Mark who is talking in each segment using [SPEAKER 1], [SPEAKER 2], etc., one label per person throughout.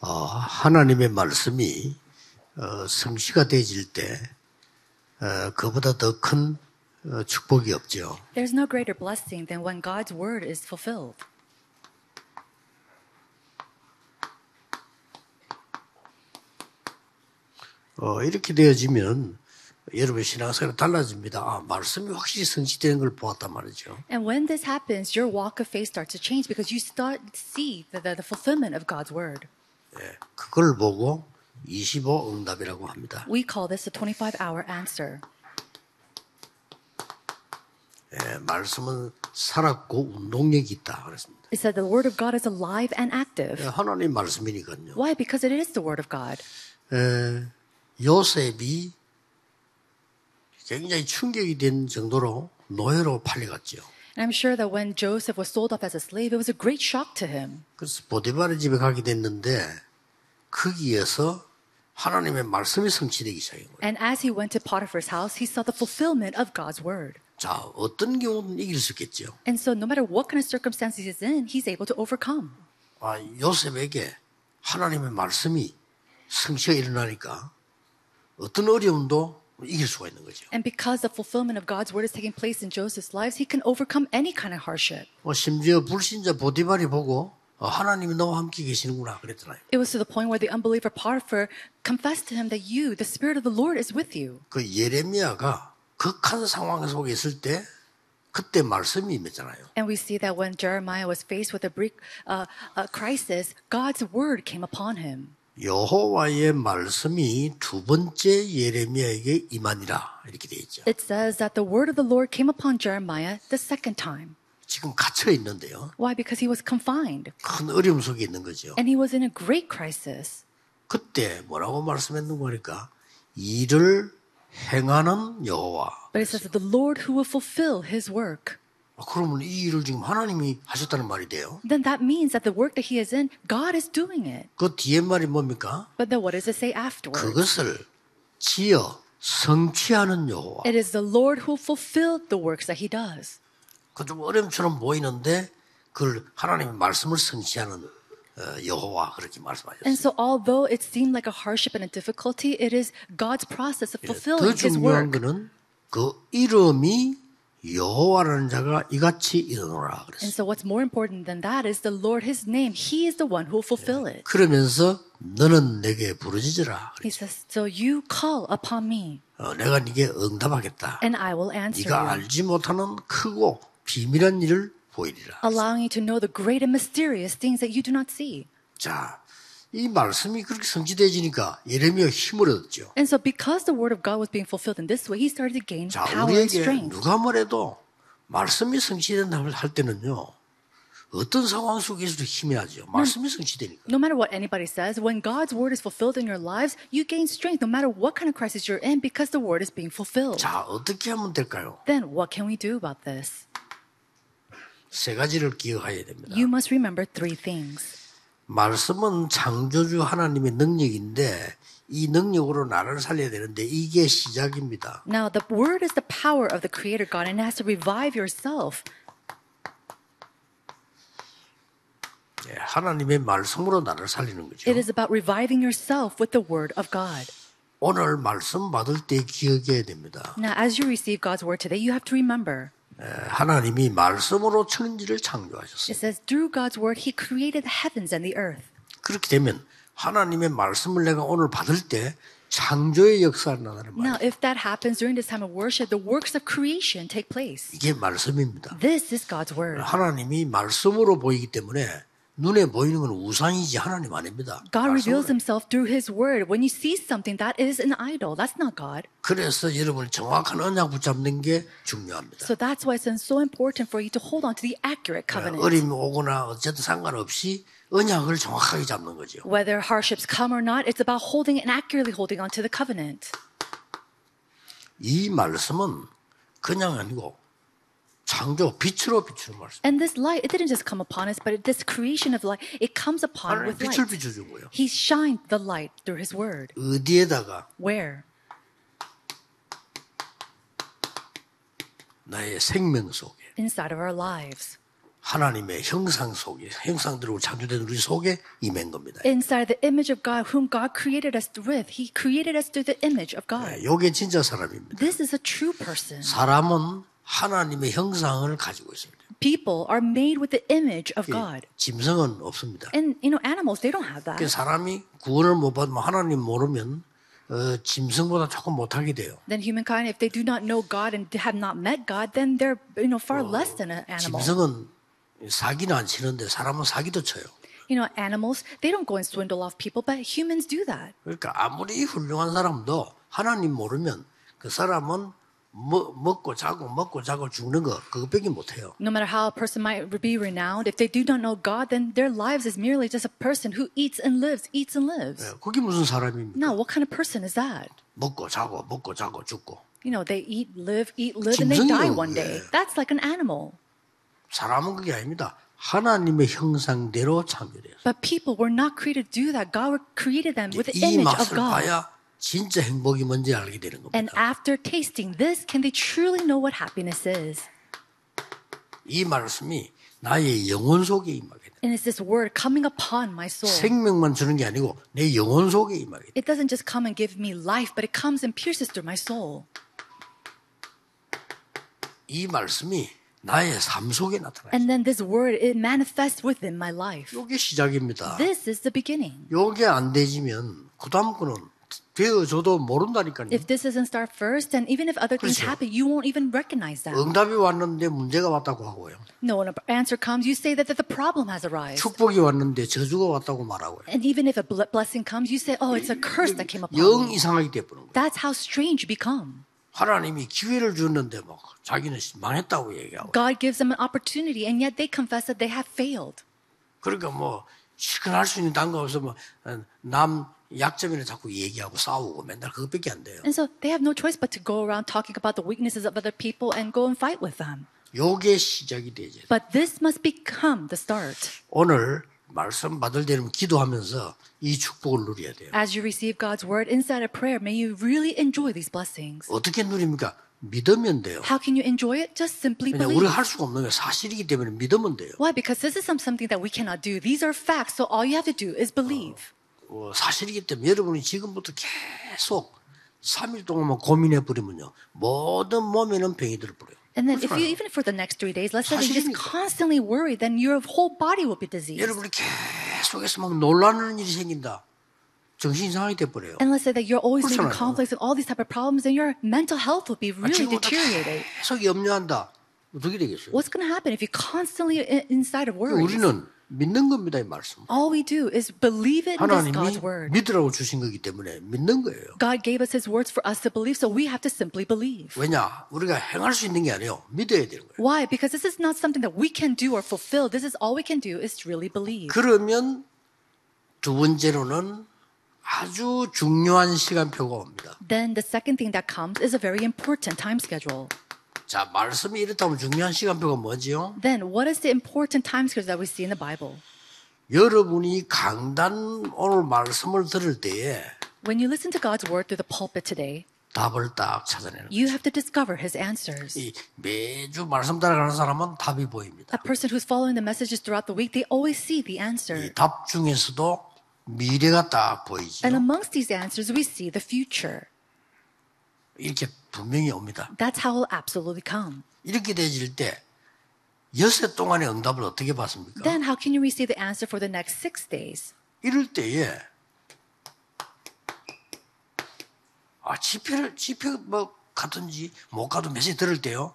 [SPEAKER 1] 어, 하나님의 말씀이 어, 성취가 되질 때 어, 그보다 더 큰 어, 축복이 없죠.
[SPEAKER 2] There's no greater blessing than when God's word is fulfilled.
[SPEAKER 1] 어, 이렇게 되어지면 여러분 신앙생활이 달라집니다. 아, 말씀이 확실히 성취되는 걸 보았단 말이죠.
[SPEAKER 2] And when this happens, your walk of faith starts to change because you start to see the, the, the fulfillment of God's word.
[SPEAKER 1] 예, 그걸 보고 25 응답이라고 합니다.
[SPEAKER 2] We call this a 25 hour answer.
[SPEAKER 1] 예, 말씀은 살았고 운동력이 있다 그랬습니다.
[SPEAKER 2] It said the word of God is alive and
[SPEAKER 1] 예,
[SPEAKER 2] active.
[SPEAKER 1] 하나님 말씀이니까요.
[SPEAKER 2] Why? Because it is the word of God.
[SPEAKER 1] 예, 요셉이 굉장히 충격이 된 정도로 노예로 팔려갔죠.
[SPEAKER 2] And I'm sure that when Joseph was sold off as a slave, it was a great shock to him.
[SPEAKER 1] 그래서 보디바르 집에 가게 됐는데 거기에서 하나님의 말씀이 성취되기 시작한 거예요.
[SPEAKER 2] And as he went to Potiphar's house, he saw the fulfillment of God's word.
[SPEAKER 1] 자, 어떤 경우든 이길 수 있겠죠.
[SPEAKER 2] And so, no matter what kind of circumstances he's in, he's able to overcome.
[SPEAKER 1] 아, 요셉에게 하나님의 말씀이 성취가 일어나니까 어떤 어려움도 이길 수가 있는 거죠.
[SPEAKER 2] And because the fulfillment of God's word is taking place in Joseph's lives, he can overcome any kind of hardship.
[SPEAKER 1] 뭐 심지어 불신자 보디발이 보고 어, 하나님이 너와 함께 계시는구나 그랬잖아요.
[SPEAKER 2] It was to the point where the unbeliever Potiphar confessed to him that you, the Spirit of the Lord, is with you.
[SPEAKER 1] 그 예레미야가 극한 상황 속에 있을 때 그때 말씀이 임했잖아요.
[SPEAKER 2] And we see that when Jeremiah was faced with a, brief, uh, a crisis, God's word came upon him.
[SPEAKER 1] 여호와의 말씀이 두 번째 예레미야에게 임하니라 이렇게 돼 있죠.
[SPEAKER 2] It says that the word of the Lord came upon Jeremiah the second time.
[SPEAKER 1] 지금 갇혀 있는데요.
[SPEAKER 2] Why? Because he was confined
[SPEAKER 1] 큰 어려움 속에 있는 거죠.
[SPEAKER 2] and he was in a great crisis.
[SPEAKER 1] 그때 뭐라고 말씀했는고 하니까 일을 행하는 여호와.
[SPEAKER 2] But it says that the Lord who will fulfill his work.
[SPEAKER 1] 아, 그러면 이 일을 지금 하나님이 하셨다는 말이 돼요.
[SPEAKER 2] Then that means that the work that he is in, God is doing it.
[SPEAKER 1] 그 뒤에 말이 뭡니까?
[SPEAKER 2] But then what does it say afterwards?
[SPEAKER 1] 그것을 지어 성취하는 여호와.
[SPEAKER 2] It is the Lord who fulfilled the works that he does.
[SPEAKER 1] 그좀 어려움처럼 보이는데 그걸 하나님의 말씀을 성취하는 어, 여호와 그렇게 말씀하셨어요.
[SPEAKER 2] And so, although it seemed like a hardship and a difficulty, it is God's process of
[SPEAKER 1] 더
[SPEAKER 2] fulfilling his
[SPEAKER 1] 중요한
[SPEAKER 2] work.
[SPEAKER 1] 거는 그 이름이 여호와라는 자가 이같이 일어노라 그랬어요.
[SPEAKER 2] And so, what's more important than that is the Lord, his name, he is the one who will fulfill it.
[SPEAKER 1] 그러면서 너는 내게 부르짖으라.
[SPEAKER 2] He says, So you call upon me,
[SPEAKER 1] 어, 내가 네게 응답하겠다.
[SPEAKER 2] and I will answer
[SPEAKER 1] 네가
[SPEAKER 2] you,
[SPEAKER 1] 알지 못하는 크고 비밀한 일을 보이리라.
[SPEAKER 2] allowing you to know the great and mysterious things that you do not see.
[SPEAKER 1] 자, 이 말씀이 그렇게 성취되지니까 예레미야 힘을 얻었죠.
[SPEAKER 2] And so, because the word of God was being fulfilled in this way, he started to gain
[SPEAKER 1] 자,
[SPEAKER 2] power and
[SPEAKER 1] 우리에게
[SPEAKER 2] strength.
[SPEAKER 1] 누가 뭐래도 말씀이 성취된다고 할 때는요. 어떤 상황 속에서도 힘이 나죠.
[SPEAKER 2] Mm.
[SPEAKER 1] 말씀이 성취되니까.
[SPEAKER 2] No matter what anybody says, when God's word is fulfilled in your lives, you gain strength no matter what kind of crisis you're in because the word is being fulfilled.
[SPEAKER 1] 자, 어떻게 하면 될까요?
[SPEAKER 2] Then what can we do about this?
[SPEAKER 1] 세 가지를 기억해야 됩니다.
[SPEAKER 2] You must remember three things.
[SPEAKER 1] 말씀은 창조주 하나님의 능력인데 이 능력으로 나를 살려야 되는데 이게 시작입니다.
[SPEAKER 2] Now, the word is the power of the Creator God and it has to revive yourself.
[SPEAKER 1] 예, 하나님의 말씀으로 나를 살리는 거죠.
[SPEAKER 2] It is about reviving yourself with the word of God.
[SPEAKER 1] 오늘 말씀 받을 때 기억해야 됩니다.
[SPEAKER 2] Now, as you receive God's word today, you have to remember
[SPEAKER 1] 예, 하나님이 말씀으로 천지를
[SPEAKER 2] it
[SPEAKER 1] 창조하셨어요.
[SPEAKER 2] says, through God's word, He created the heavens and the earth.
[SPEAKER 1] 그렇게 되면 하나님의 말씀을 내가 오늘 받을 때 창조의 역사가 나다는 말이에요.
[SPEAKER 2] Now, if that happens during this time of worship, the works of creation take place.
[SPEAKER 1] 이게 말씀입니다.
[SPEAKER 2] This is God's word.
[SPEAKER 1] 하나님이 말씀으로 보이기 때문에 눈에 보이는 건 우상이지 하나님 아닙니다.
[SPEAKER 2] God
[SPEAKER 1] 말씀으로.
[SPEAKER 2] reveals Himself through His Word. When you see something, that is an idol. That's not God.
[SPEAKER 1] 그래서 여러분 정확한 언약 붙잡는 게 중요합니다.
[SPEAKER 2] So that's why it's so important for you to hold on to the accurate covenant.
[SPEAKER 1] 어림이 오거나 어쨌든 상관없이 언약을 정확하게 잡는 거죠.
[SPEAKER 2] Whether hardships come or not, it's about holding and accurately holding on to the covenant.
[SPEAKER 1] 이 말씀은 그냥 아니고 창조 빛으로 비추는 말씀.
[SPEAKER 2] And this light, it didn't just come upon us, but this creation of light, it comes upon
[SPEAKER 1] 하나님
[SPEAKER 2] with
[SPEAKER 1] 빛을
[SPEAKER 2] light.
[SPEAKER 1] 비춰준 거예요.
[SPEAKER 2] He shined the light through His Word.
[SPEAKER 1] 어디에다가
[SPEAKER 2] Where?
[SPEAKER 1] 나의 생명 속에
[SPEAKER 2] Inside of our lives.
[SPEAKER 1] 하나님의 형상 속에 형상대로 창조된 우리 속에 임한 겁니다.
[SPEAKER 2] Inside the image of God, whom God created us with, He created us through the image of God.
[SPEAKER 1] 요게 진짜 사람입니다.
[SPEAKER 2] This is a true person.
[SPEAKER 1] 사람은 하나님의 형상을 가지고 있습니다.
[SPEAKER 2] People are made with the image of God.
[SPEAKER 1] 짐승은 없습니다.
[SPEAKER 2] And, you know, animals, they don't have
[SPEAKER 1] 그
[SPEAKER 2] that.
[SPEAKER 1] 사람이 구원을 못 받으면 뭐 하나님 모르면 어, 짐승보다 조금 못하게 돼요.
[SPEAKER 2] Then humankind, if they do not know God and have not met God, then they're, you know, far less than an animal.
[SPEAKER 1] 짐승은 사기는 안 치는데 사람은 사기도 쳐요.
[SPEAKER 2] You know, animals, they don't go and swindle off people, but humans do that.
[SPEAKER 1] 그러니까 아무리 훌륭한 사람도 하나님 모르면 그 사람은 먹- 먹고 자고 먹고 자고 죽는 거 그것밖에 못해요.
[SPEAKER 2] No matter how a person might be renowned, if they do not know God, then their lives is merely just a person who eats and lives, eats and lives.
[SPEAKER 1] 예, 그게 무슨 사람입니까?
[SPEAKER 2] Now, what kind of person is that?
[SPEAKER 1] 먹고 자고 먹고 자고 죽고
[SPEAKER 2] You know, they eat, live, eat, live, and they
[SPEAKER 1] 짐승이요,
[SPEAKER 2] die one day.
[SPEAKER 1] 그게.
[SPEAKER 2] That's like an animal.
[SPEAKER 1] 사람은 그게 아닙니다. 하나님의 형상대로 창조돼요.
[SPEAKER 2] But people were not created to do that. God created them with the
[SPEAKER 1] 이
[SPEAKER 2] image of
[SPEAKER 1] 맛을
[SPEAKER 2] God.
[SPEAKER 1] 봐야 진짜 행복이 뭔지 알게 되는
[SPEAKER 2] And
[SPEAKER 1] 겁니다.
[SPEAKER 2] after tasting this, can they truly know what happiness is?
[SPEAKER 1] 이 말씀이 나의 영혼 속에 임하게 돼.
[SPEAKER 2] And it's this word coming upon my soul.
[SPEAKER 1] 생명만 주는 게 아니고 내 영혼 속에 임하게 돼.
[SPEAKER 2] It doesn't just come and give me life, but it comes and pierces through my soul.
[SPEAKER 1] 이 말씀이 나의 삶 속에 나타나요.
[SPEAKER 2] And then this word, it manifests within my life.
[SPEAKER 1] 요게 시작입니다.
[SPEAKER 2] This is the beginning.
[SPEAKER 1] 요게 안 되지면 그 다음 거는 되어줘도 모른다니까요.
[SPEAKER 2] If this doesn't start first, and even if other things
[SPEAKER 1] 그렇죠.
[SPEAKER 2] happen, you won't even recognize that.
[SPEAKER 1] 응답이 왔는데 문제가 왔다고 하고요.
[SPEAKER 2] No, when an answer comes, you say that, that the problem has arisen.
[SPEAKER 1] 축복이 왔는데 저주가 왔다고 말하고요.
[SPEAKER 2] And even if a ble- blessing comes, you say, oh, it's a curse that came upon
[SPEAKER 1] 영
[SPEAKER 2] me.
[SPEAKER 1] 이상하게 돼버린 거예요.
[SPEAKER 2] That's how strange you become.
[SPEAKER 1] 하나님이 기회를 줬는데 막 자기는 망했다고 얘기하고
[SPEAKER 2] God gives them an opportunity, and yet they confess that they have failed.
[SPEAKER 1] 그러니까 뭐 시큰할 수 있는 단거 없어 뭐남 약점이나 자꾸 얘기하고 싸우고 맨날 그것밖에 안 돼요.
[SPEAKER 2] And so they have no choice but to go around talking about the weaknesses of other people and go and fight with them.
[SPEAKER 1] 요게 시작이 되죠.
[SPEAKER 2] But this must become the start.
[SPEAKER 1] 오늘 말씀 받을 때는 기도하면서 이 축복을 누려야 돼요.
[SPEAKER 2] As you receive God's word inside a prayer, may you really enjoy these blessings.
[SPEAKER 1] 어떻게 누립니까? 믿으면 돼요.
[SPEAKER 2] How can you enjoy it? Just simply
[SPEAKER 1] 그냥 우리가
[SPEAKER 2] believe.
[SPEAKER 1] 할 수가 없는 게 사실이기 때문에 믿으면 돼요.
[SPEAKER 2] Why? Because this is some- something that we cannot do. These are facts, so all you have to do is believe.
[SPEAKER 1] 어, 사실이기 때문에 여러분이 지금부터 계속 3일 동안만 고민해 버리면요. 모든 몸에는 병이 들어버려요.
[SPEAKER 2] And then, if you
[SPEAKER 1] 그렇잖아요.
[SPEAKER 2] even for the next three days, let's say that you just
[SPEAKER 1] 사실이니까.
[SPEAKER 2] constantly worry, then your whole body will be diseased.
[SPEAKER 1] 여러분이 계속해서 막 놀라는 일이 생긴다. 정신 이상하게 돼버려요.
[SPEAKER 2] And let's say that you're always having
[SPEAKER 1] 그렇잖아요.
[SPEAKER 2] conflicts and all these type of problems, and your mental health will be
[SPEAKER 1] 아,
[SPEAKER 2] really
[SPEAKER 1] 지금부터
[SPEAKER 2] deteriorated.
[SPEAKER 1] 계속 염려한다. 어떻게 되겠어요?
[SPEAKER 2] What's going to happen if you're constantly i- inside of worries?
[SPEAKER 1] 우리는 믿는 겁니다, 이 말씀.
[SPEAKER 2] All we do is believe it in this
[SPEAKER 1] 하나님이
[SPEAKER 2] God's word.
[SPEAKER 1] 믿으라고 주신 거기 때문에 믿는 거예요.
[SPEAKER 2] God gave us His words for us to believe, so we have to simply believe.
[SPEAKER 1] 왜냐? 우리가 행할 수 있는 게 아니에요. 믿어야 되는 거예요.
[SPEAKER 2] Why? Because this is not something that we can do or fulfill. This is all we can do is to really believe.
[SPEAKER 1] 그러면 두 번째로는 아주 중요한 시간표가 옵니다.
[SPEAKER 2] Then the second thing that comes is a very important time schedule.
[SPEAKER 1] 자, 말씀이 이렇다면 중요한 시간표가 뭐지요?
[SPEAKER 2] Then what is the important time schedule that we see in the Bible?
[SPEAKER 1] 여러분이 강단 오늘 말씀을 들을 때에
[SPEAKER 2] When you listen to God's word through the pulpit today,
[SPEAKER 1] 답을 딱 찾아내는
[SPEAKER 2] you have to discover his answers.
[SPEAKER 1] 이 매주 말씀 따라가는 사람은 답이
[SPEAKER 2] A
[SPEAKER 1] 보입니다.
[SPEAKER 2] person who's following the messages throughout the week, they always see the answer.
[SPEAKER 1] 이 답 중에서도 미래가 딱 보이죠.
[SPEAKER 2] And amongst these answers, we see the future.
[SPEAKER 1] 이렇게 분명히 옵니다.
[SPEAKER 2] That's how it will absolutely come.
[SPEAKER 1] 이렇게 되질 때 여섯 동안의 응답을 어떻게 봤습니까?
[SPEAKER 2] Then how can you receive the answer for the next six days?
[SPEAKER 1] 이럴 때에 아 집회를 집회 뭐 가든지 못 가도 메시지 들을 때요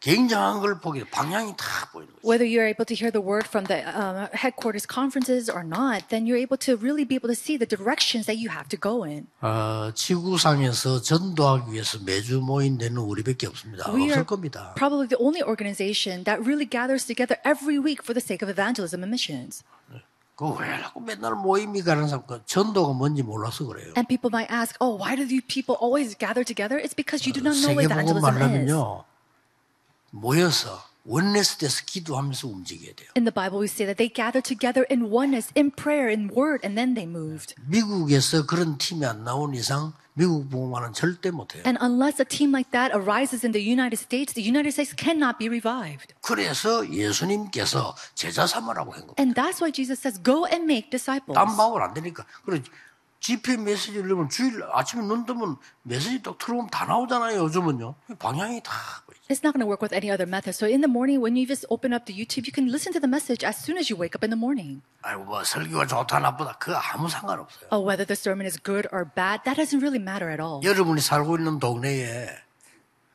[SPEAKER 1] 굉장한 걸 보게 돼. 방향이 딱 보이는 거죠.
[SPEAKER 2] Whether you're able to hear the word from the uh, headquarters conferences or not, then you're able to really be able to see the directions that you have to go in. 어,
[SPEAKER 1] 아, 지구상에서 전도하기 위해서 매주 모인 데는 우리밖에 없습니다.
[SPEAKER 2] We
[SPEAKER 1] 없을
[SPEAKER 2] are
[SPEAKER 1] 겁니다.
[SPEAKER 2] probably the only organization that really gathers together every week for the sake of evangelism and missions.
[SPEAKER 1] 그왜 자꾸 맨날 모임이 가는 사람 그 전도가 뭔지 몰라서 그래요.
[SPEAKER 2] And people might ask, oh, why do you people always gather together? It's because you do not know
[SPEAKER 1] 세계복음
[SPEAKER 2] what evangelism is.
[SPEAKER 1] 말라면요 모여서 원네스돼서 기도하면서 움직여야 돼요.
[SPEAKER 2] In the Bible, we say that they gathered together in oneness, in prayer, in word, and then they moved.
[SPEAKER 1] 미국에서 그런 팀이 안 나온 이상 미국 보고만은 절대 못해요.
[SPEAKER 2] And unless a team like that arises in the United States, the United States cannot be revived.
[SPEAKER 1] 그래서 예수님께서 제자 삼으라고 한 겁니다.
[SPEAKER 2] And that's why Jesus says, Go and make disciples.
[SPEAKER 1] 딴 방법은 안 되니까. 그래 GPS 메시지를 내면 주일 아침에 눈 뜨면 메시지 딱 들어오면 다 나오잖아요. 요즘은요. 방향이 다 보이죠.
[SPEAKER 2] It's not going to work with any other method. So in the morning, when you just open up the YouTube, you can listen to the message as soon as you wake up in the morning.
[SPEAKER 1] 아이고 뭐 설교가 좋다 나쁘다 그거 아무 상관없어요.
[SPEAKER 2] Oh, whether the sermon is good or bad, that doesn't really matter at all.
[SPEAKER 1] 여러분이 살고 있는 동네에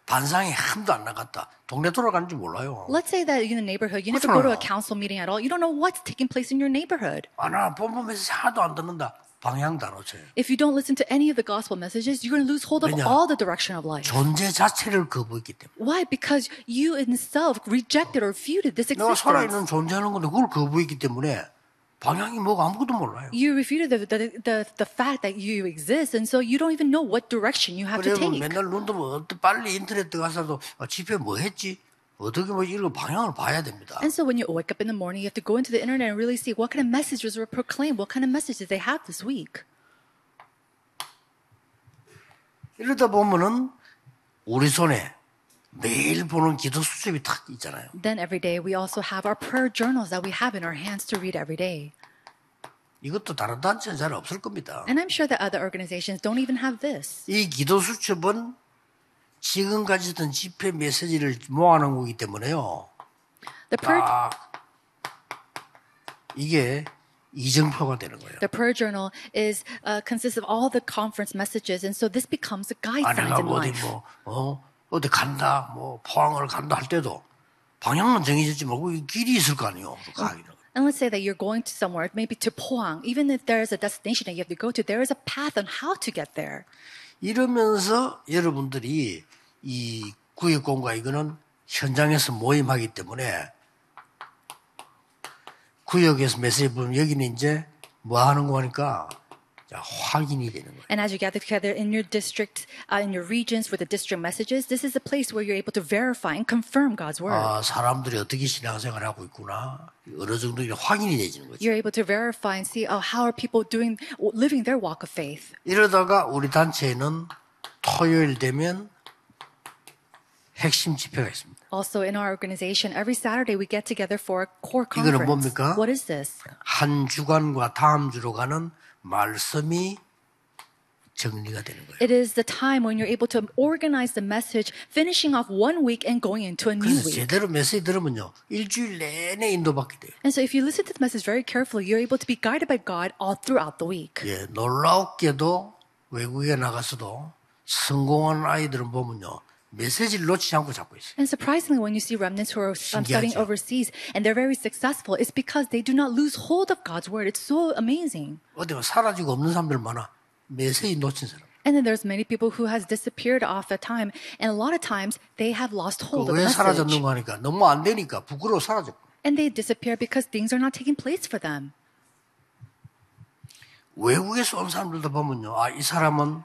[SPEAKER 1] 반상이 한 번도 안 나갔다. 동네 돌아가는지 몰라요.
[SPEAKER 2] Let's say that in the neighborhood, you never go to a
[SPEAKER 1] 그렇잖아요.
[SPEAKER 2] council meeting at all. You don't know what's taking place in your neighborhood.
[SPEAKER 1] 아나 본부 메시지 하나도 안 듣는다. 방향 다 놓쳐요.
[SPEAKER 2] If you don't listen to any of the gospel messages, you're going to lose hold of
[SPEAKER 1] 왜냐?
[SPEAKER 2] all the direction of life.
[SPEAKER 1] 존재 자체를 거부했기 때문에.
[SPEAKER 2] Why? Because you in self rejected or refuted this
[SPEAKER 1] 내가
[SPEAKER 2] existence.
[SPEAKER 1] 살아있는 존재하는 건데 그걸 거부했기 때문에 방향이 뭐가 아무것도 몰라요.
[SPEAKER 2] You refuted the, the, the, the fact that you exist, and so you don't even know what direction you have to
[SPEAKER 1] 그래서
[SPEAKER 2] take.
[SPEAKER 1] 맨날 눈도 뭐 어때 빨리 인터넷 들어가서도 아, 집회 뭐 했지 어떻게 뭐 이런 방향을 봐야 됩니다.
[SPEAKER 2] And so when you wake up in the morning, you have to go into the internet and really see what kind of messages were proclaimed, what kind of messages they have this week.
[SPEAKER 1] 이러다 보면은 우리 손에 매일 보는 기도 수첩이 탁 있잖아요.
[SPEAKER 2] Then every day, we also have our prayer journals that we have in our hands to read every day.
[SPEAKER 1] 이것도 다른 단체는 잘 없을 겁니다.
[SPEAKER 2] And I'm sure that other organizations don't even have this.
[SPEAKER 1] 이 기도 수첩은 지금까지 듣던 집회 메시지를 모아놓은 거기 때문에요.
[SPEAKER 2] The prayer,
[SPEAKER 1] Ah. 아, 이게 이정표가 되는 거예요.
[SPEAKER 2] the prayer journal is uh, consists of all the conference messages, and so this becomes the
[SPEAKER 1] 아,
[SPEAKER 2] guidelines
[SPEAKER 1] 내가
[SPEAKER 2] in
[SPEAKER 1] 뭐 어디
[SPEAKER 2] life.
[SPEAKER 1] 뭐, 어, 어디 간다, 뭐, 포항을 간다 할 때도 방향만 정해졌지 말고 이 길이 있을 거 아니에요. 그 가기는.
[SPEAKER 2] And let's say that you're going to somewhere, maybe to Pohang. Even if there is a destination that you have to go to, there is a path on how to get there.
[SPEAKER 1] 이러면서 여러분들이 이 구역공과 이거는 현장에서 모임하기 때문에 구역에서 메시지 보면 여기는 이제 뭐 하는 거니까 자, 확인이 되는 거예요.
[SPEAKER 2] And as you gather together in your district, uh, in your regions with the district messages, this is a place where you're able to verify and confirm God's word.
[SPEAKER 1] 아, 사람들이 어떻게 신앙생활 하고 있구나. 어느 정도 이제 확인이 되지는 거죠.
[SPEAKER 2] you're able to verify and see, oh, how are people doing, living their walk of faith.
[SPEAKER 1] 이러다가 우리 단체에는 토요일 되면 핵심 집회가 있습니다.
[SPEAKER 2] Also, in our organization, every Saturday we get together for a core
[SPEAKER 1] 이거는
[SPEAKER 2] conference.
[SPEAKER 1] 뭡니까?
[SPEAKER 2] What is this?
[SPEAKER 1] 한 주간과 다음 주로 가는 말씀이 정리가 되는 거예요.
[SPEAKER 2] It is the time when you're able to organize the message, finishing off one week and going into a new
[SPEAKER 1] 그래서
[SPEAKER 2] week.
[SPEAKER 1] 제대로 메시지 들으면요. 일주일 내내 인도받게 돼요.
[SPEAKER 2] And so, if you listen to the message very carefully, you're able to be guided by God all throughout the week.
[SPEAKER 1] 예, 놀랍게도 외국에 나가서도 성공한 아이들은 보면요. 메시지를 놓치지 않고 잡고 있어요.
[SPEAKER 2] And surprisingly, when you see remnants who are um, studying
[SPEAKER 1] 신기하죠.
[SPEAKER 2] overseas and they're very successful, it's because they do not lose hold of God's word. It's so amazing.
[SPEAKER 1] 어디 뭐 사라지고 없는 사람들 많아. 메시지 놓친 사람.
[SPEAKER 2] And then there's many people who has disappeared off the time, and a lot of times they have lost hold of the
[SPEAKER 1] 왜
[SPEAKER 2] message.
[SPEAKER 1] 그 사라졌는가 하니까 너무 안 되니까 부끄러워 사라졌고.
[SPEAKER 2] And they disappear because things are not taking place for them.
[SPEAKER 1] 외국에서 온 사람들도 보면요. 아, 이 사람은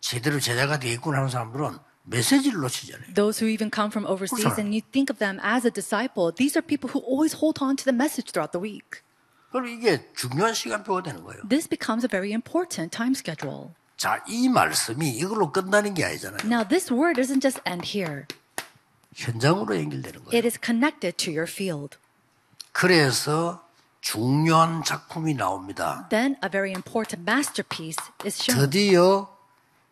[SPEAKER 1] 제대로 제자가 되겠구나 하는 사람들은 메시지를 놓치잖아요.
[SPEAKER 2] Those who even come from overseas
[SPEAKER 1] 그렇잖아요.
[SPEAKER 2] and you think of them as a disciple, these are people who always hold on to the message throughout the week.
[SPEAKER 1] 그럼 이게 중요한 시간표가 되는 거예요.
[SPEAKER 2] This becomes a very important time schedule.
[SPEAKER 1] 자, 이 말씀이 이걸로 끝나는 게 아니잖아요.
[SPEAKER 2] Now, this word doesn't just end here,
[SPEAKER 1] 현장으로 연결되는 거예요.
[SPEAKER 2] it is connected to your field.
[SPEAKER 1] 그래서 중요한 작품이 나옵니다.
[SPEAKER 2] Then, a very important masterpiece is shown.
[SPEAKER 1] 드디어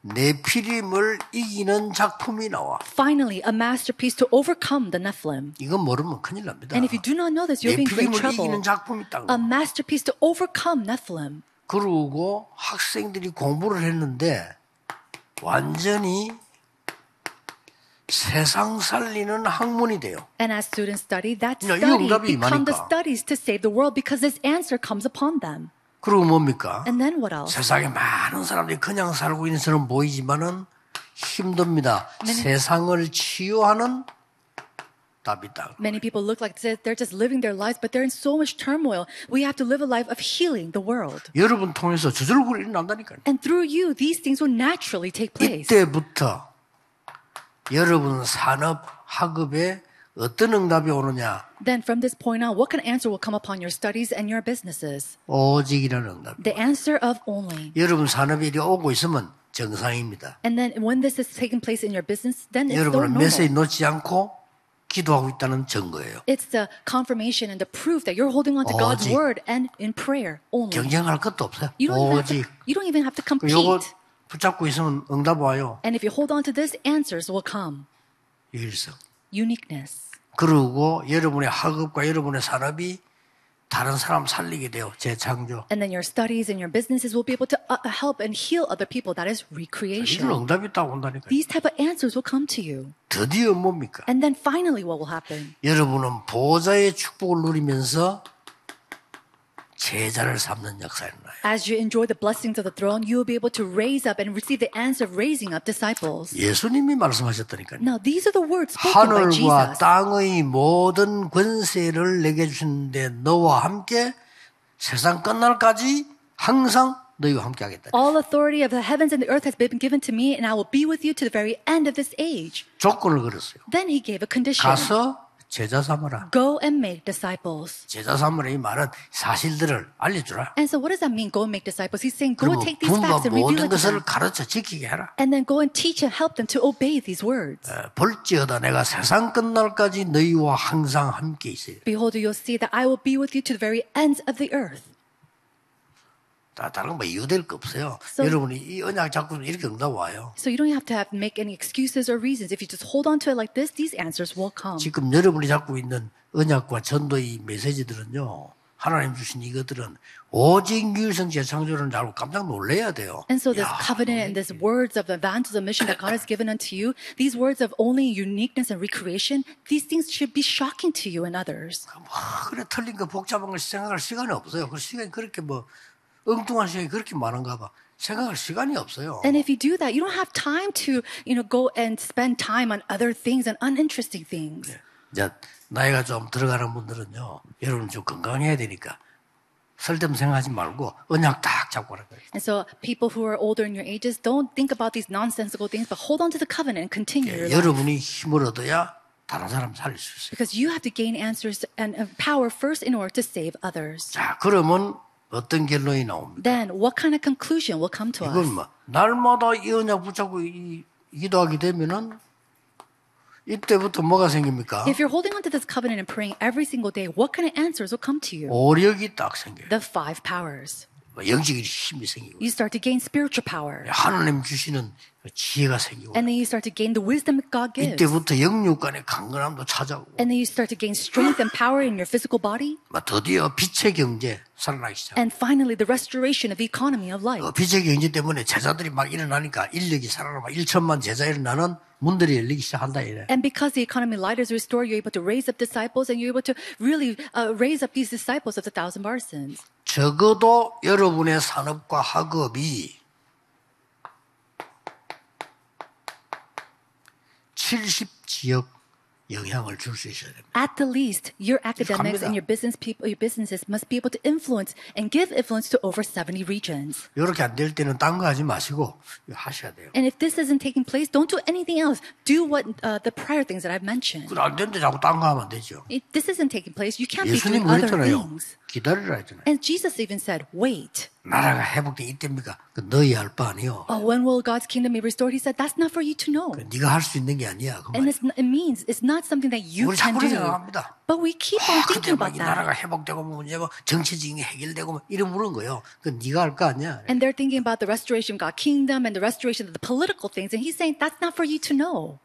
[SPEAKER 1] 내 피림을 이기는 작품이 나와.
[SPEAKER 2] Finally, a masterpiece to overcome the Nephilim.
[SPEAKER 1] 이건 모르면 큰일 납니다.
[SPEAKER 2] And if you do not know this, you'll
[SPEAKER 1] 내
[SPEAKER 2] be in great
[SPEAKER 1] 피림을
[SPEAKER 2] trouble. 어,
[SPEAKER 1] 이기는 작품이 딱
[SPEAKER 2] a
[SPEAKER 1] 나와.
[SPEAKER 2] masterpiece to overcome Nephilim.
[SPEAKER 1] 그러고 학생들이 공부를 했는데 완전히 세상 살리는 학문이 돼요.
[SPEAKER 2] And as students study, that
[SPEAKER 1] 야, 이
[SPEAKER 2] study
[SPEAKER 1] 응답이
[SPEAKER 2] become the
[SPEAKER 1] 많으니까.
[SPEAKER 2] studies to save the world because this answer comes upon them.
[SPEAKER 1] 그리고 뭡니까?
[SPEAKER 2] And then what else?
[SPEAKER 1] 세상에 많은 사람들이 그냥 살고 있는 처럼 보이지만은 힘듭니다. 세상을 치유하는 답이 딱.
[SPEAKER 2] Many people look like this- they're just living their lives, but they're in so much turmoil. We have to live a life of healing the world.
[SPEAKER 1] 여러분 통해서 저절로 일어난다니까요.
[SPEAKER 2] And through you, these things will naturally take place.
[SPEAKER 1] 이때부터 여러분 산업 학업에 어떤 응답이 오느냐?
[SPEAKER 2] Then from this point on, what kind of answer will come upon your studies and your businesses?
[SPEAKER 1] 오직이라는 응답.
[SPEAKER 2] The answer of only.
[SPEAKER 1] 여러분 산업이 이리 오고 있으면 정상입니다.
[SPEAKER 2] And then when this is taking place in your business, then it's so
[SPEAKER 1] 여러분은 메시지
[SPEAKER 2] normal.
[SPEAKER 1] 놓지 않고 기도하고 있다는 증거예요.
[SPEAKER 2] It's the confirmation and the proof that you're holding on to God's
[SPEAKER 1] 오직.
[SPEAKER 2] word and in prayer only.
[SPEAKER 1] 경쟁할 것도 없어요.
[SPEAKER 2] You don't, even have to,
[SPEAKER 1] 오직 그
[SPEAKER 2] you don't even have to
[SPEAKER 1] 요거
[SPEAKER 2] compete.
[SPEAKER 1] 붙잡고 있으면 응답 와요.
[SPEAKER 2] And if you hold on to this, answers will come.
[SPEAKER 1] 유일성.
[SPEAKER 2] Uniqueness.
[SPEAKER 1] 그리고 여러분의 학업과 여러분의 산업이 다른 사람 살리게 돼요. 재창조.
[SPEAKER 2] And then your studies and your businesses will be able to uh, help and heal other people. That is
[SPEAKER 1] 이런
[SPEAKER 2] recreation.
[SPEAKER 1] 응답이 딱 온다니까요.
[SPEAKER 2] These type of answers will come to you.
[SPEAKER 1] 드디어 뭡니까?
[SPEAKER 2] And then finally, what will happen?
[SPEAKER 1] 여러분은 보좌의 축복을 누리면서 제자를 삼는 역사에 나요.
[SPEAKER 2] As you enjoy the blessings of the throne, you will be able to raise up and receive the answer of raising up disciples.
[SPEAKER 1] 예수님이 말씀하셨다니까요.
[SPEAKER 2] Now, these are the words spoken by
[SPEAKER 1] 하늘과
[SPEAKER 2] Jesus.
[SPEAKER 1] 땅의 모든 권세를 내게 주는데 너와 함께 세상 끝날까지 항상 너희와 함께 하겠다.
[SPEAKER 2] All authority of the heavens and the earth has been given to me, and I will be with you to the very end of this age.
[SPEAKER 1] 조건을 걸었어요.
[SPEAKER 2] Then he gave a condition
[SPEAKER 1] 가서 제자 삼아라.
[SPEAKER 2] Go and make disciples.
[SPEAKER 1] 제자 삼으라 이 말은 사실들을 알려주라.
[SPEAKER 2] And so, what does that mean, go and make disciples? He's saying, Go
[SPEAKER 1] 그리고
[SPEAKER 2] and take these
[SPEAKER 1] 분과
[SPEAKER 2] facts and reveal
[SPEAKER 1] 모든
[SPEAKER 2] it to
[SPEAKER 1] 것을
[SPEAKER 2] them.
[SPEAKER 1] 가르쳐 지키게 해라.
[SPEAKER 2] And then go and teach and help them to obey these words.
[SPEAKER 1] 어, 볼지어다 내가 세상 끝날까지 너희와 항상 함께 있어요.
[SPEAKER 2] Behold, you'll see that I will be with you to the very ends of the earth.
[SPEAKER 1] 다 다른 거 이유될 거 없어요.
[SPEAKER 2] So-
[SPEAKER 1] 여러분이 이 언약 자꾸 이렇게 응답 와요.
[SPEAKER 2] So you don't have to have make any excuses or reasons. If you just hold on to it like this, these answers will come.
[SPEAKER 1] 지금 여러분이 잡고 있는 언약과 전도의 메시지들은요. 하나님 주신 이것들은 오직 유일성 재창조를 알고 깜짝 놀래야 돼요.
[SPEAKER 2] And so this
[SPEAKER 1] 야,
[SPEAKER 2] covenant and this words of the evangelism mission that God has given unto you, these words of only uniqueness and recreation, these things should be shocking to you and others.
[SPEAKER 1] 뭐 그래 틀린 거 복잡한 걸 생각할 시간이 없어요. 그 시간이 그렇게 뭐 엉뚱한 시간이 그렇게 많은가 봐. 생각할 시간이 없어요.
[SPEAKER 2] And if you do that, you don't have time to, you know, go and spend time on other things and uninteresting things.
[SPEAKER 1] 이제 나이가 좀 들어가는 분들은요. 여러분 좀 건강해야 되니까 쓸데없는 생각하지 말고 언약 딱 잡고 하는 거예요.
[SPEAKER 2] And so people who are older in your ages, don't think about these nonsensical things, but hold on to the covenant and continue your
[SPEAKER 1] 예,
[SPEAKER 2] life.
[SPEAKER 1] 여러분이 힘을 얻어야 다른 사람 살릴 수 있어요.
[SPEAKER 2] Because you have to gain answers and uh, power first in order to save others.
[SPEAKER 1] 자, 그러면 어떤 결론이 나옵니까?
[SPEAKER 2] Then what kind of conclusion will come to us?
[SPEAKER 1] 이건 뭐 날마다 이 언약 붙잡고 이, 기도하게 되면은 이때부터 뭐가 생깁니까?
[SPEAKER 2] If you're holding on to this covenant and praying every single day, what kind of answers will come to you?
[SPEAKER 1] 오력이 딱 생겨요.
[SPEAKER 2] The five powers.
[SPEAKER 1] 뭐 영적인 힘이 생기고
[SPEAKER 2] You start to gain spiritual power.
[SPEAKER 1] 하나님 주시는 지혜가 생기고
[SPEAKER 2] And then you start to gain the wisdom that God gives.
[SPEAKER 1] 이때부터 영육 간의 강건함도 찾아오고
[SPEAKER 2] And then you start to gain strength and power in your physical body.
[SPEAKER 1] 막 드디어 빛의 경제 살아나기 시작.
[SPEAKER 2] And finally, the restoration of the economy of life.
[SPEAKER 1] 그 빛의 경제 때문에 제자들이 막 일어나니까 인력이 살아나 막 1천만 제자 일어나는 문들이 열리기 시작한다 이래.
[SPEAKER 2] And because the economy of light is restored, you're able to raise up disciples and you're able to really uh, raise up these disciples of the thousand barsons.
[SPEAKER 1] 적어도 여러분의 산업과 학업이 70 지역 영향을 줄 수 있어야 됩니다.
[SPEAKER 2] At the least, your academics
[SPEAKER 1] 갑니다.
[SPEAKER 2] and your business people, your businesses must be able to influence and give influence to over 70 regions.
[SPEAKER 1] 이렇게 안 될 때는 딴 거 하지 마시고 이거 하셔야 돼요.
[SPEAKER 2] And if this isn't taking place, don't do anything else. Do what uh, the prior things that I've mentioned.
[SPEAKER 1] 그안 되는데 자꾸 딴 거 하면 안 되죠.
[SPEAKER 2] If this isn't taking place, you can't be
[SPEAKER 1] 예수님
[SPEAKER 2] doing other
[SPEAKER 1] 그랬잖아요.
[SPEAKER 2] things.
[SPEAKER 1] 기다리라 했잖아요.
[SPEAKER 2] And Jesus even said, "Wait.
[SPEAKER 1] 나라가 회복돼 이때입니까? 그 너희 할 바 아니요.
[SPEAKER 2] Oh, when will God's kingdom be restored?" He said, "That's not for you to know."
[SPEAKER 1] 네가 할 수 있는 게 아니야. 그
[SPEAKER 2] And
[SPEAKER 1] 말이야.
[SPEAKER 2] it's, n- it means it's not something that you
[SPEAKER 1] 우리
[SPEAKER 2] can
[SPEAKER 1] 자꾸 그렇게
[SPEAKER 2] do.
[SPEAKER 1] 생각합니다.
[SPEAKER 2] But we keep on
[SPEAKER 1] 아, 근데
[SPEAKER 2] thinking about
[SPEAKER 1] 막이
[SPEAKER 2] that.
[SPEAKER 1] 나라가 회복되고 뭐 문제고 정치적인 게 해결되고 뭐 이런 물은 거예요. 그 네가 할 거 아니야.
[SPEAKER 2] And they're thinking about the restoration of God's kingdom and the restoration of the political things. And he's saying, that's not for you to know.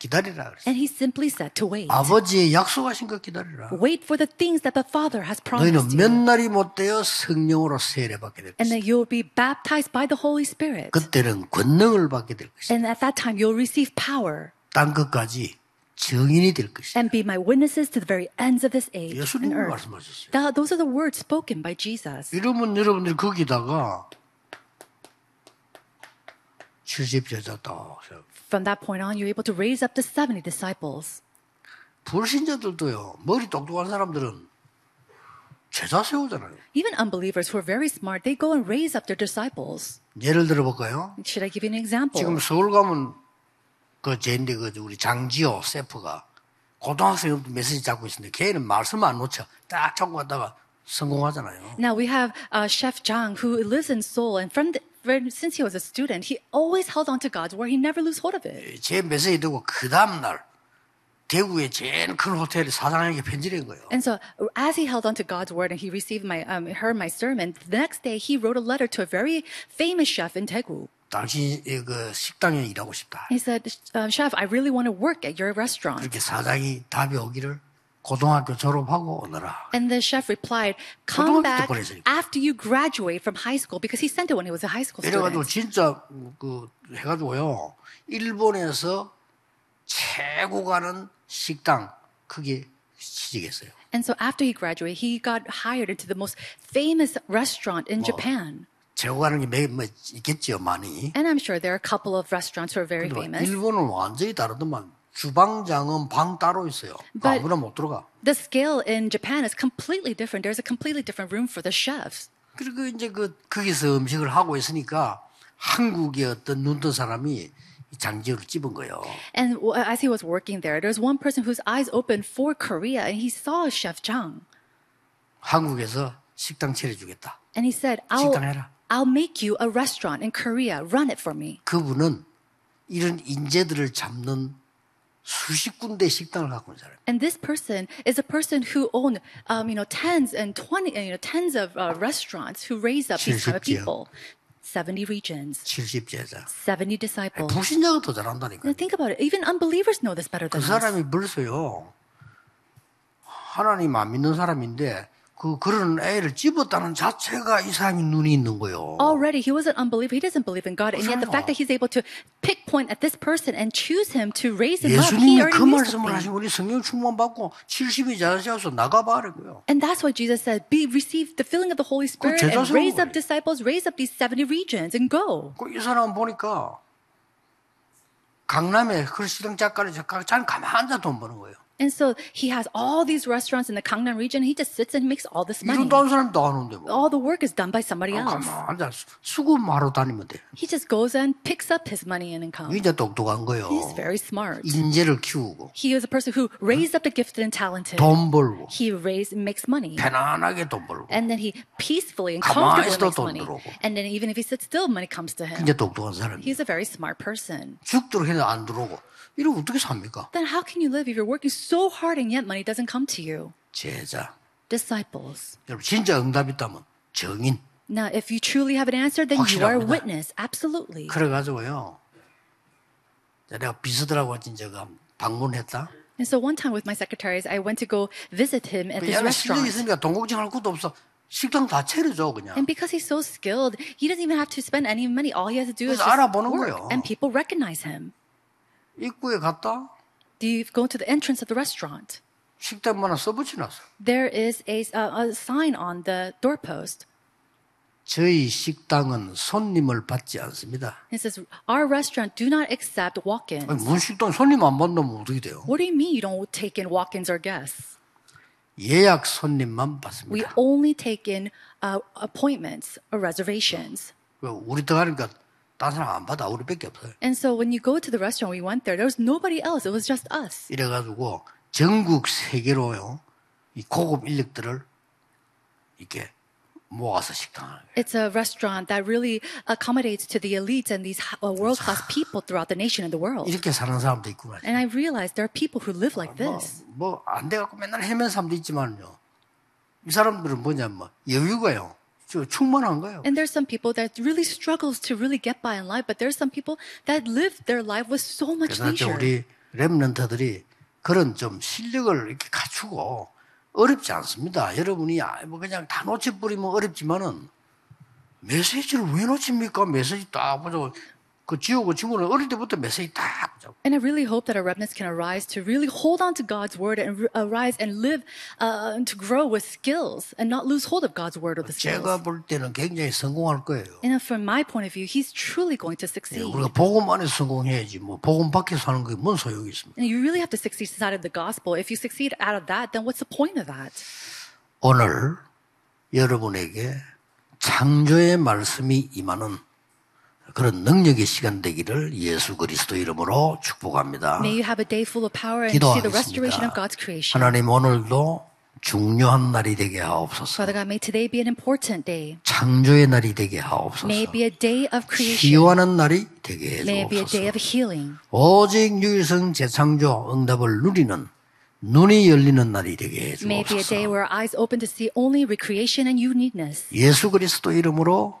[SPEAKER 1] 기다리라 그랬어.
[SPEAKER 2] And he simply said to wait.
[SPEAKER 1] 아버지의 약속하신 거 기다리라.
[SPEAKER 2] Wait for the things that the Father has promised
[SPEAKER 1] 너희는 몇
[SPEAKER 2] you.
[SPEAKER 1] 날이 못 되어 성령으로 세례 받게 될 것이다.
[SPEAKER 2] And that you'll be baptized by the Holy Spirit.
[SPEAKER 1] 그때는 권능을 받게 될 것이다.
[SPEAKER 2] And at that time, you'll receive power
[SPEAKER 1] 딴 것까지 증인이 될 것이다.
[SPEAKER 2] and be my witnesses to the very ends of this age 네. and
[SPEAKER 1] 예수님이
[SPEAKER 2] earth.
[SPEAKER 1] 말씀하셨어요.
[SPEAKER 2] That, those are the words spoken by Jesus.
[SPEAKER 1] 이러면 여러분들이 거기다가 70 제자 다
[SPEAKER 2] From that point on, you're able to raise up to 70 disciples.
[SPEAKER 1] 불신자들도요. 머리 똑똑한 사람들은 제자 세우잖아요.
[SPEAKER 2] Even unbelievers who are very smart, they go and raise up their disciples.
[SPEAKER 1] 예를 들어볼까요?
[SPEAKER 2] Should I give you an
[SPEAKER 1] 지금
[SPEAKER 2] example?
[SPEAKER 1] 서울 가면 그 제인데 그 우리 장지호 세프가 고등학생 때 메시지 잡고 있는데 걔는 말씀 안 놓쳐 딱 잡고 갔다가 성공하잖아요.
[SPEAKER 2] Now we have uh, Chef Zhang who lives in Seoul, and from the, when- since he was a student, he always held on to God's word. He never lose hold of it.
[SPEAKER 1] 제 메시지 듣고 그 다음날 대구의 제일 큰 호텔 사장에게 편지를 한 거예요.
[SPEAKER 2] And so, as he held on to God's word and he received my, um, heard my sermon, the next day he wrote a letter to a very famous chef in Daegu.
[SPEAKER 1] 당신 이그 식당에 일하고 싶다.
[SPEAKER 2] He said, uh, "Chef, I really want to work at your restaurant."
[SPEAKER 1] 이렇게 사장이 답이 오기를 고등학교 졸업하고 오너라.
[SPEAKER 2] And the chef replied,
[SPEAKER 1] 고등학교 때
[SPEAKER 2] "Come back
[SPEAKER 1] 보내주니까.
[SPEAKER 2] after you graduate from high school," because he sent it when he was a high school
[SPEAKER 1] 이래가지고
[SPEAKER 2] student.
[SPEAKER 1] 진짜 그 해가지고요 일본에서 최고 가는 식당 크게 취직했어요.
[SPEAKER 2] And so, after he graduated, he got hired into the most famous restaurant in Japan.
[SPEAKER 1] 최고 가는 게뭐 있겠죠 많이.
[SPEAKER 2] And I'm sure there are a couple of restaurants who are very famous.
[SPEAKER 1] 일본은 완전히 다르더만 주방장은 방 따로 있어요. 그
[SPEAKER 2] But-
[SPEAKER 1] 아무나 못 들어가.
[SPEAKER 2] The scale in Japan is completely different. There's a completely different room for the chefs.
[SPEAKER 1] 그리고 이제 그 거기서 음식을 하고 있으니까 한국의 어떤 눈뜬 사람이 이 장지호를 찝은 거예요.
[SPEAKER 2] And w- as he was working there, there's one person whose eyes opened for Korea, and he saw Chef Chang,
[SPEAKER 1] 한국에서 식당 차려주겠다.
[SPEAKER 2] and he said, "I'll,
[SPEAKER 1] 식당해라.
[SPEAKER 2] I'll make you a restaurant in Korea. Run it for me."
[SPEAKER 1] 그분은 이런 인재들을 잡는 수십 군데 식당을 갖고 있는 사람.
[SPEAKER 2] And this person is a person who owned, um, you know, tens and twenty, uh, you know, tens of uh, restaurants who raised up these kind of
[SPEAKER 1] 70 지역.
[SPEAKER 2] people, seventy regions,
[SPEAKER 1] 70제자.
[SPEAKER 2] seventy disciples.
[SPEAKER 1] 불신자가 더 잘한다니까요.
[SPEAKER 2] And think about it. Even unbelievers know this better
[SPEAKER 1] 그
[SPEAKER 2] than us.
[SPEAKER 1] 사람이 벌써요. 하나님 안 믿는 사람인데 그 그런 애를 집었다는 자체가 이 사람이 눈이 있는 거예요.
[SPEAKER 2] Already, he was an unbeliever. He doesn't believe in God, and yet the fact that he's able to pinpoint at this person and choose him to raise him up, he
[SPEAKER 1] 예수님이 그
[SPEAKER 2] already knew
[SPEAKER 1] 말씀을
[SPEAKER 2] something.
[SPEAKER 1] 하시고 우리 성령 충만 받고 70이 자자서 나가봐 그러고요.
[SPEAKER 2] And that's why Jesus said, "Be receive the filling of the Holy Spirit and
[SPEAKER 1] 제자세요,
[SPEAKER 2] raise up
[SPEAKER 1] 그래.
[SPEAKER 2] disciples, raise up these seventy regions, and go."
[SPEAKER 1] 그 이 사람 보니까 강남에 그 시당 작가를 잠깐 가만 앉아 돈 버는 거예요.
[SPEAKER 2] And so he has all these restaurants in the Gangnam region. He just sits and makes all this money.
[SPEAKER 1] 이런도 한 사람도 안 오는데 뭐.
[SPEAKER 2] All the work is done by somebody else.
[SPEAKER 1] 어, 가만 앉아 수금하러 다니면 돼.
[SPEAKER 2] He just goes and picks up his money and income.
[SPEAKER 1] 이제 똑똑한 거예요.
[SPEAKER 2] He's very smart.
[SPEAKER 1] 인재를 키우고
[SPEAKER 2] He is a person who raised up the gifted and talented.
[SPEAKER 1] 돈 벌고
[SPEAKER 2] He raised makes money.
[SPEAKER 1] 편안하게 돈 벌고
[SPEAKER 2] And then he peacefully and
[SPEAKER 1] 가만히
[SPEAKER 2] comfortably
[SPEAKER 1] 있어도
[SPEAKER 2] makes
[SPEAKER 1] 돈
[SPEAKER 2] money.
[SPEAKER 1] 들어오고.
[SPEAKER 2] And then even if he sits still, money comes to him.
[SPEAKER 1] 이제 똑똑한 사람이
[SPEAKER 2] He's a very smart person.
[SPEAKER 1] 죽도록 해도 안 들어오고 이러면 어떻게 삽니까?
[SPEAKER 2] Then how can you live if you're working so hard and yet money doesn't come to you?
[SPEAKER 1] 제자
[SPEAKER 2] Disciples.
[SPEAKER 1] 여러분 진짜 응답 있다면 정인
[SPEAKER 2] Now, if you truly have an answer, then you are a
[SPEAKER 1] 확실합니다.
[SPEAKER 2] witness. Absolutely.
[SPEAKER 1] 그래가지고요. 내가 비서들하고 진짜 그 방문했다.
[SPEAKER 2] And so one time with my secretaries, I went to go visit him at this
[SPEAKER 1] 얘는 실력이
[SPEAKER 2] restaurant.
[SPEAKER 1] 있으니까 동공증 할 것도 없어. 식당 다 차려줘 그냥.
[SPEAKER 2] And because he's so skilled, he doesn't even have to spend any money. All he has to do is
[SPEAKER 1] 그래서
[SPEAKER 2] just
[SPEAKER 1] 알아보는
[SPEAKER 2] work,
[SPEAKER 1] 거예요.
[SPEAKER 2] and people recognize him.
[SPEAKER 1] 입구에 갔다.
[SPEAKER 2] Do you go to the entrance of the restaurant?
[SPEAKER 1] 식당 하나 써붙여놨어.
[SPEAKER 2] There is a, uh, a sign on the doorpost.
[SPEAKER 1] 저희 식당은 손님을 받지 않습니다.
[SPEAKER 2] It says, "Our restaurant do not accept
[SPEAKER 1] 아니,
[SPEAKER 2] walk-ins."
[SPEAKER 1] 무슨 식당 손님 안 받는다면 어떻게 돼요?
[SPEAKER 2] What do you mean you don't take in walk-ins or guests?
[SPEAKER 1] 예약 손님만
[SPEAKER 2] We
[SPEAKER 1] 받습니다.
[SPEAKER 2] only take in uh, appointments or reservations.
[SPEAKER 1] 그 우리 들어가니까 다른 사람 안 받아. 우리밖에 없어요.
[SPEAKER 2] And so when you go to the restaurant, we went there. There was nobody else. It was just us.
[SPEAKER 1] 이래가지고 전국 세계로요. 이 고급 인력들을 이렇게 모아서 식당을 해요.
[SPEAKER 2] It's a restaurant that really accommodates to the elites and these uh, world-class people throughout the nation and the world.
[SPEAKER 1] 이렇게 사는 사람도 있구나.
[SPEAKER 2] And I realized there are people who live like this.
[SPEAKER 1] 뭐안 돼갖고 맨날 헤매는 사람도 있지만요. 이 사람들은 뭐냐 뭐 여유가요. 저 충만한 거예요.
[SPEAKER 2] And there's some people that really struggles to really get by in life, but there's some people that live their life with so much
[SPEAKER 1] 그래서 이제
[SPEAKER 2] leisure.
[SPEAKER 1] 우리 렘런트들이 그런 좀 실력을 이렇게 갖추고 어렵지 않습니다. 여러분이 아, 뭐 그냥 다 놓쳐버리면 어렵지만은 메시지를 왜 놓칩니까? 메시지 딱 보자고 그 지옥의 친구는 어릴 때부터 메시지 딱 보자고
[SPEAKER 2] And I really hope that our remnants can arise to really hold on to God's word and r- arise and live uh, and to grow with skills and not lose hold of God's word or the skills.
[SPEAKER 1] 제가 볼 때는 굉장히 성공할 거예요.
[SPEAKER 2] And from my point of view, he's truly going to succeed.
[SPEAKER 1] 우리가 복음 안에 성공해야지 뭐 복음 밖에서 하는 게 뭔 소용이 있습니까?
[SPEAKER 2] And you really have to succeed outside of the gospel. If you succeed out of that, then what's the point of that?
[SPEAKER 1] 오늘 여러분에게 창조의 말씀이 임하는 그런 능력의 시간 되기를 예수 그리스도 이름으로 축복합니다.
[SPEAKER 2] 네. May you have a day full of power and see the restoration
[SPEAKER 1] 기도하겠습니다.
[SPEAKER 2] of God's creation.
[SPEAKER 1] 하나님 오늘도 중요한 날이 되게 하옵소서.
[SPEAKER 2] Father God, may today be an important day.
[SPEAKER 1] 창조의 날이 되게
[SPEAKER 2] May
[SPEAKER 1] 하옵소서.
[SPEAKER 2] it be a day of creation.
[SPEAKER 1] 시원한 날이 되게
[SPEAKER 2] May it be a day
[SPEAKER 1] 해주옵소서.
[SPEAKER 2] of healing.
[SPEAKER 1] 오직 유일성 재창조 응답을 누리는 눈이 열리는 날이 되게
[SPEAKER 2] May it be a day
[SPEAKER 1] 해주옵소서.
[SPEAKER 2] where our eyes open to see only recreation and uniqueness.
[SPEAKER 1] 예수 그리스도 이름으로